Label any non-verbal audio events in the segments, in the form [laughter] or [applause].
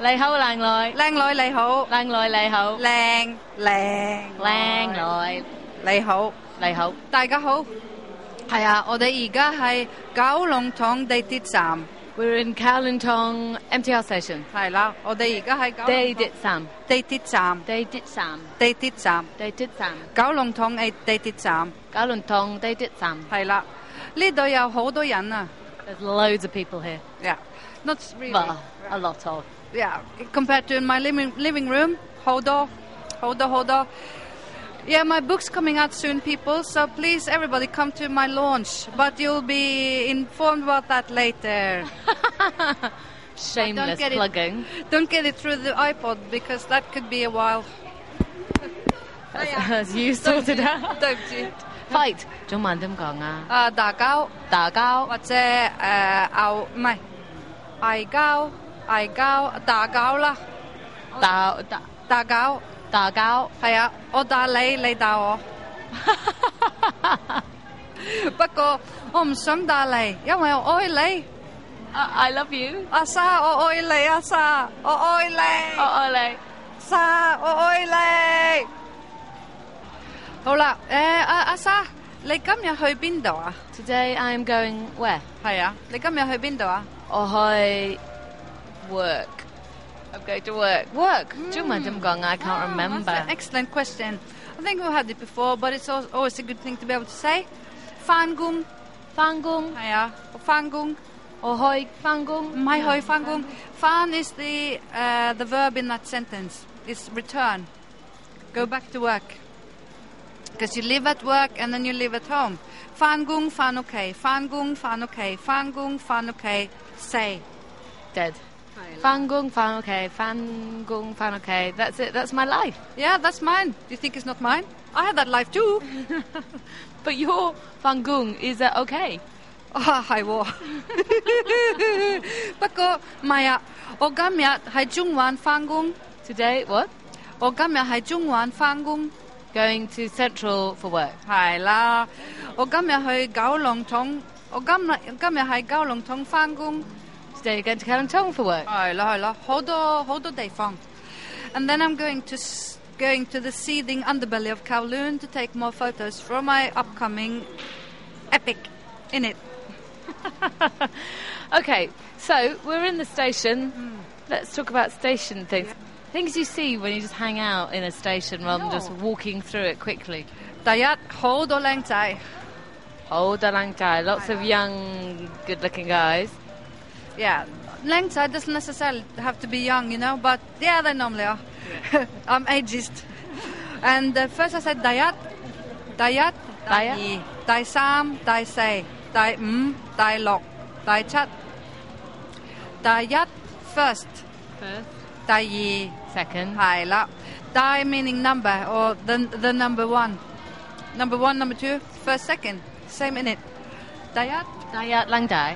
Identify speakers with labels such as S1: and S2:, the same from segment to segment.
S1: 你好靚女，
S2: 靚女你好，
S1: 靚女你好，
S2: 靚靚
S1: 靚女
S2: 你好，
S1: 你好，
S2: 大家好。係啊，我哋而家喺九龍塘地鐵站，
S1: We're in Kowloon MTR station.
S2: 係啦，我哋而家喺九
S1: 地
S2: 龍
S1: 鐵
S2: 塘
S1: 站，
S2: 地鐵站，
S1: 地鐵站，
S2: 地鐵站，
S1: 地鐵站，
S2: 九龍塘地地鐵站，
S1: 九龍塘地鐵站。
S2: 係啦，呢度有好多人啊
S1: There's loads of people here.
S2: ，yeah，not really，
S1: Well, a lot of.
S2: yeah compared to in my living living room 好多好多好多 yeah my book's coming out soon people so please everybody come to my launch but you'll be informed about
S1: [laughs]
S2: that later
S1: Shameless
S2: get it.
S1: plugging.
S2: don't get it through the ipod because that could be a
S1: [laughs]
S2: while Ah,
S1: As you [laughs] sorted out.
S2: 對唔住
S1: Fight. 中文點講啊？
S2: 啊打交
S1: 打交
S2: 或者誒拗唔係嗌交嗌交打交啦
S1: 打打
S2: 打交
S1: 打交。
S2: 係啊我打你你打我。 [laughs] 不過我唔想打你，因為我愛你，
S1: I I love you.
S2: 阿莎，我愛你，阿莎，我愛你，
S1: 我
S2: 阿
S1: 愛你。
S2: 莎，我愛你。好啦，誒、阿阿莎，你今日去邊度啊？
S1: Today I'm going where?
S2: 係啊，你今日去邊度啊？
S1: 我去 work. I'm going to work. Work. 中文點講啊？I can't
S2: Ah,
S1: remember.
S2: 嗯 That's an excellent question. I think we had it before, but it's al- always a good thing to be able to say. 翻工
S1: 翻工，
S2: 係啊，翻工
S1: 我去翻工，
S2: 唔係去翻工。翻 is the、uh, the verb in that sentence. It's return. Go back to work. Because you live at work and then you live at home. 翻工翻屋企，翻工翻屋企，翻工翻屋企。Say.
S1: dead. 翻工翻屋企，翻工翻屋企。That's it. That's my life.
S2: Yeah, that's mine. You think it's not mine? I had that life too. [laughs]
S1: But your 翻工 is that okay?
S2: 啊，係 [laughs] 喎。不過唔係啊，我今日喺中環翻工，
S1: Today what?
S2: 我今日喺中環翻工。
S1: Going to Central for work.
S2: 係啦，我今日去九龍塘，我今日今日喺九龍塘翻工。
S1: Today going to Kalimpong for work.
S2: 係啦係啦，好多好多地方。And then I'm going to s- going to the seething underbelly of Kowloon to take more photos for my upcoming epic in it.
S1: Okay. So we're in the station. Let's talk about station things. Things you see when you just hang out in a station rather than just
S2: No.
S1: walking through it quickly.
S2: 第一好多靚仔，
S1: Old lang guy, lots of young, good-looking guys.
S2: yeah，靚仔 doesn't necessarily have to be young, you know, but yeah, they normally are. [laughs] I'm ageist. And uh, first I said 第一、第一、第二、第三、第四、第五、第六、第七、第一 first，
S1: First,
S2: 第二
S1: second,
S2: 係啦，第 meaning number or the the number one, number one, number two, first, second, same in it。第一
S1: diet lang dai.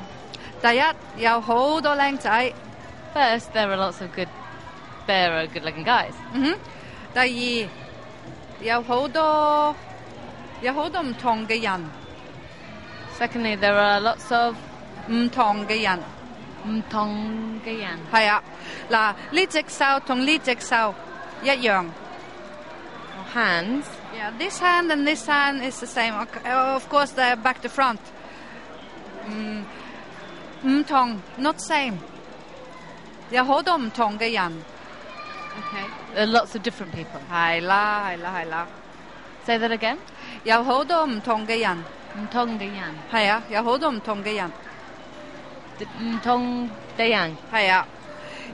S2: 第一有好多靚仔。
S1: First, there are lots of good, there are good-looking guys.
S2: 嗯哼，第二有好多有好多唔同嘅人，
S1: Secondly, there are lots of
S2: 唔同嘅人
S1: mtongayan.
S2: 係啊，嗱呢只手同呢只手一樣。
S1: Hands,
S2: Yeah, this hand and this hand is the same. Okay, uh, Of course, they're back to front. 嗯，唔同，not same。有好多唔同嘅人，
S1: okay. There are lots of different people.
S2: 係啦，係啦，係啦，
S1: Say that again.
S2: 有好多唔同嘅人，
S1: Mtongayan.
S2: 係啊，有好多唔同嘅人。
S1: Mtongayan.
S2: Hiya.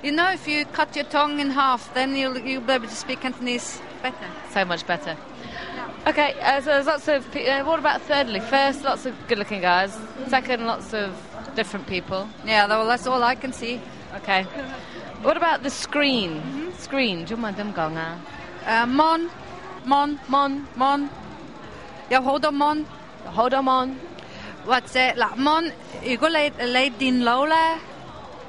S2: You know, if you cut your tongue in half, then you'll, you'll be able to speak Cantonese better.
S1: So much better. Okay, uh, so there's lots of. Pe- uh, what about thirdly? First, lots of good-looking guys. Second, lots of different people.
S2: Yeah, tha- well, that's all I can see.
S1: Okay. What about the screen? Screen. Do you mind them going ah?
S2: Uh, mon, mon, mon, mon. Yo, hold on, mon.
S1: Hold on, on.
S2: What's it? Like, mon, you go lay, lay din low there.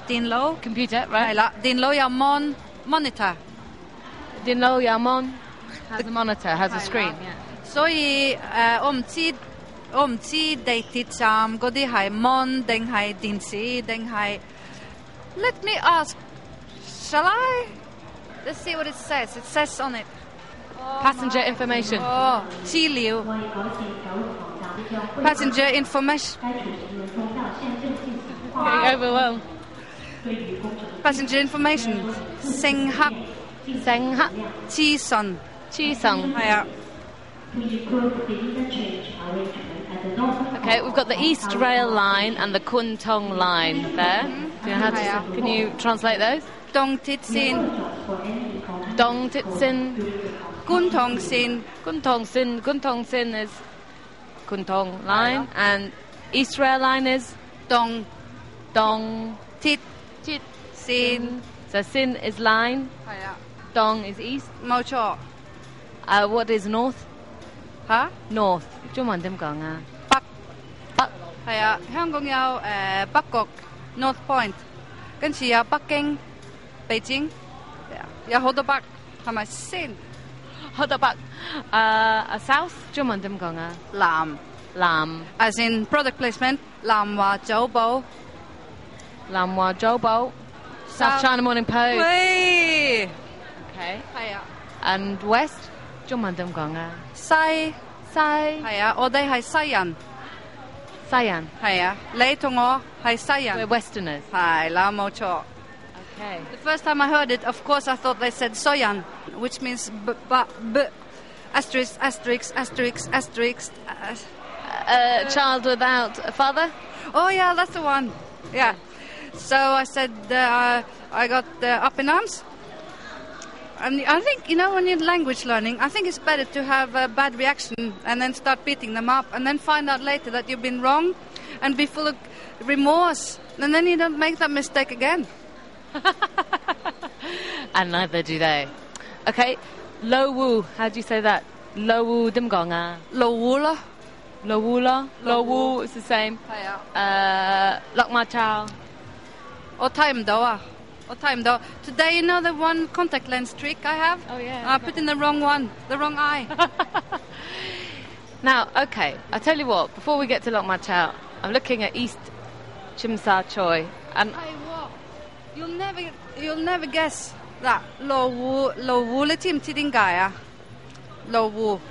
S2: Din low.
S1: Computer,
S2: Right,
S1: right?
S2: like, din low, your mon, monitor.
S1: Didn't know your mon has a monitor, has a screen. Yeah.
S2: 所以誒、呃我唔知我唔知地鐵站嗰啲係 mon 定係電視定係。Let me ask Shall I? Let's see what it says. It says on it.
S1: Passenger information.
S2: Oh, 机流。Passenger information.
S1: Getting overwhelmed.
S2: Passenger information. 乘客
S1: 乘客
S2: 資訊。
S1: chi sung.
S2: 係啊，
S1: Okay, we've got the East Rail Line and the Kuntong Line there. Do you know how
S2: Yeah.
S1: to, can you translate those?
S2: 東鐵線、
S1: Dong Titsin,
S2: 觀塘線、
S1: Kuntong Sin, Kuntong Sin is Kuntong Line, and East Rail Line is
S2: 東
S1: Dong
S2: 鐵
S1: Chit
S2: 線。
S1: So Sin is line,
S2: 係啊，
S1: Dong is east.
S2: 冇錯。
S1: Uh, what is north?
S2: 嚇
S1: North. Trung文點講啊？
S2: 北
S1: 北
S2: 係啊，香港有誒、呃北角 North Point，跟住有北京、北京，有好多北，係咪先？
S1: 好多北。誒，south Uh, 中文點講啊？
S2: 南
S1: 南
S2: ，as in product placement，南華早報。
S1: 南華早報，South
S2: South-
S1: China Morning Post。
S2: 喂，
S1: Okay.
S2: 係啊，
S1: And west 中文點講啊？
S2: 西
S1: 西
S2: 係啊，我哋係西人，
S1: 西人
S2: 係啊，你同我係西
S1: ，we're
S2: 人，
S1: westerners。
S2: 係啦，冇錯。
S1: Okay.
S2: The first time I heard it, of course, I thought they said soyan, which means b, b, b asterisk, asterisk, asterisk, asterisk. Uh,
S1: Uh, A child without a father.
S2: oh, yeah, that's the one. Yeah. So I said, uh, I got uh, up in arms. And I think, you know, when you're language learning, I think it's better to have a bad reaction and then start beating them up and then find out later that you've been wrong and be full of remorse. And then you don't make that mistake again.
S1: And neither do they. Okay. Lo wu. How do you say that? Lo wu dim gong ah.
S2: Lo wula.
S1: Lo wu la. Lo wu is the same. Uh, lock my child.
S2: Or time though. ah. Or time though. Today, you know the one contact lens trick I have?
S1: Oh, yeah.
S2: I put in the wrong one, the wrong eye.
S1: Now, okay, I tell you what. Before we get to lock my chow, I'm looking at East Chimsa Choi, and
S2: I walk. You'll never, you'll never guess that. Lo wu, lo wu le tim ti ding gai ah. Lo wu.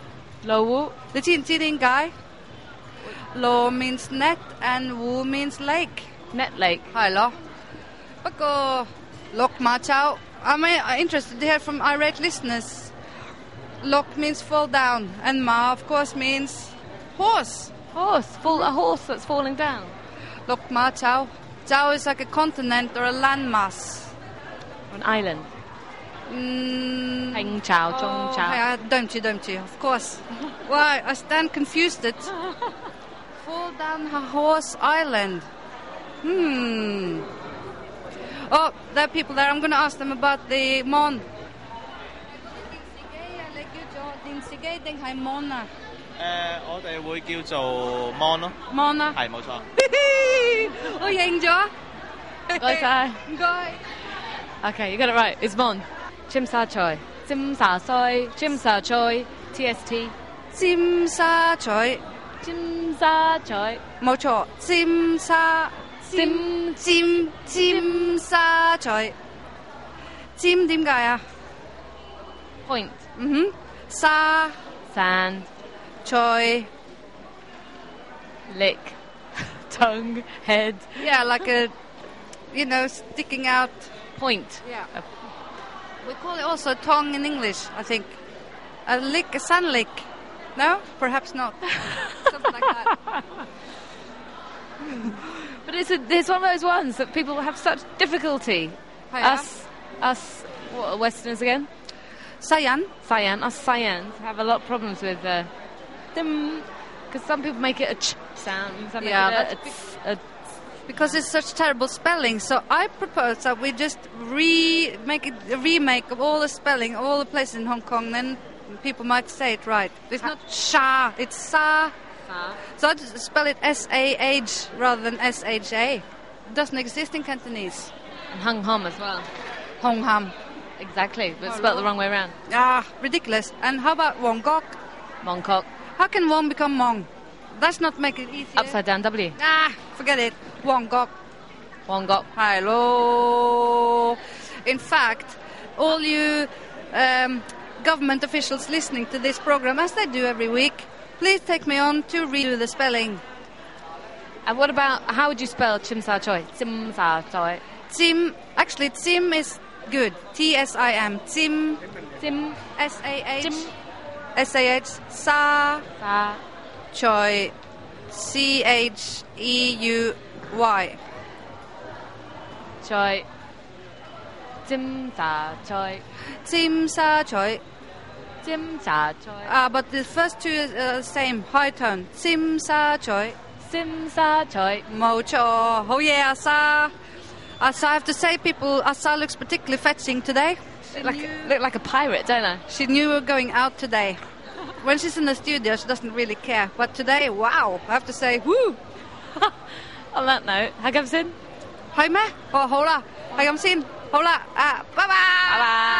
S1: Lo wu.
S2: Le tim ti ding gai. Lo means net and wu means lake.
S1: Net Lake.
S2: Hi lo. But go lock ma chow. I'm uh, interested to hear from irate listeners. Lock means fall down, and ma, of course, means horse.
S1: Horse, fall, a horse that's falling down.
S2: Lock ma chow. Chow is like a continent or a landmass.
S1: An island.
S2: Mm,
S1: Heng Chao, Chong Chao.
S2: I, I, don't you, don't you, of course. Why, I stand confused. It. Fall down a horse island. Hmm. Oh, there are people there. I'm going to ask them about the mon.
S3: 誒，呃我哋會叫做 mon 咯，
S2: Mona. Oh,
S3: 係冇錯。
S2: 我認咗。 [laughs]
S1: Bye-bye.
S2: 唔該。
S1: Okay, you got it right. It's Mon. Chimsa Choi. Chimsa Choi. Chimsa Choi. TST.
S2: 尖沙咀。冇錯，尖沙-
S1: Chimsa Choi. 尖-
S2: 尖-尖沙咀。尖點解啊？嗯哼。沙
S1: Point.
S2: - Mm-hmm.
S1: Sand.
S2: 嘴
S1: Lick. [laughs] Tongue. Head.
S2: Yeah, like a, you know, sticking out.
S1: Point.
S2: Yeah.
S1: A-
S2: We call it also tongue in English, I think. A lick, a sun lick. No? Perhaps not. Something like that.
S1: But it's, a, it's one of those ones that people have such difficulty.
S2: Hiya.
S1: Us, us, what, are Westerners again?
S2: Sayan.
S1: Cyan, us Cyans have a lot of problems with uh, them because some people make it a ch sound. Some
S2: Yeah,
S1: make it
S2: that's
S1: a, tss, a,
S2: Because it's such terrible spelling, so I propose that we just re make it, a remake of all the spelling, all the places in Hong Kong, then people might say it right. It's not sha, it's sa. So I just spell it S A H rather than S H A. It doesn't exist in Cantonese.
S1: and hung hom as well.
S2: Hong Ham.
S1: Exactly, but
S2: Oh,
S1: spelled the wrong
S2: Lord.
S1: way around.
S2: Ah, ridiculous. And how about Wong Gok?
S1: Mong kok,
S2: How can Wong become Mong? That's not make it easier.
S1: upside down W.
S2: Ah, forget it. Wong Gok.
S1: Wong gok.
S2: Hello. In fact, all you um, government officials listening to this program, as they do every week, please take me on to redo the spelling.
S1: And what about how would you spell Chim Sao Choi? Chim Sao Choi.
S2: Tim, actually, Tim is good. T S I M. Tim,
S1: Chim
S2: S A H.
S1: Tim.
S2: S A H. Sa
S1: Sa
S2: Choi. C H E U Y.
S1: Choi. Chim Sao Choi.
S2: Tim Sa Choi.
S1: Chim Sao Choi.
S2: Ah, but the first two is uh, same high tone. Tim Sa Choi.
S1: Chim Sao Choi.
S2: Mocho. Oh yeah, Asa. Asa, I have to say, people, Asa looks particularly fetching today.
S1: Like, look like a pirate, don't I?
S2: She knew we were going out today. When she's in the studio, she doesn't really care. But today, wow, I have to say, woo.
S1: On that note, how comes in?
S2: Hi, me. Oh, hola. Hi, I'm seen. Hola. Ah, bye-bye.
S1: Bye bye.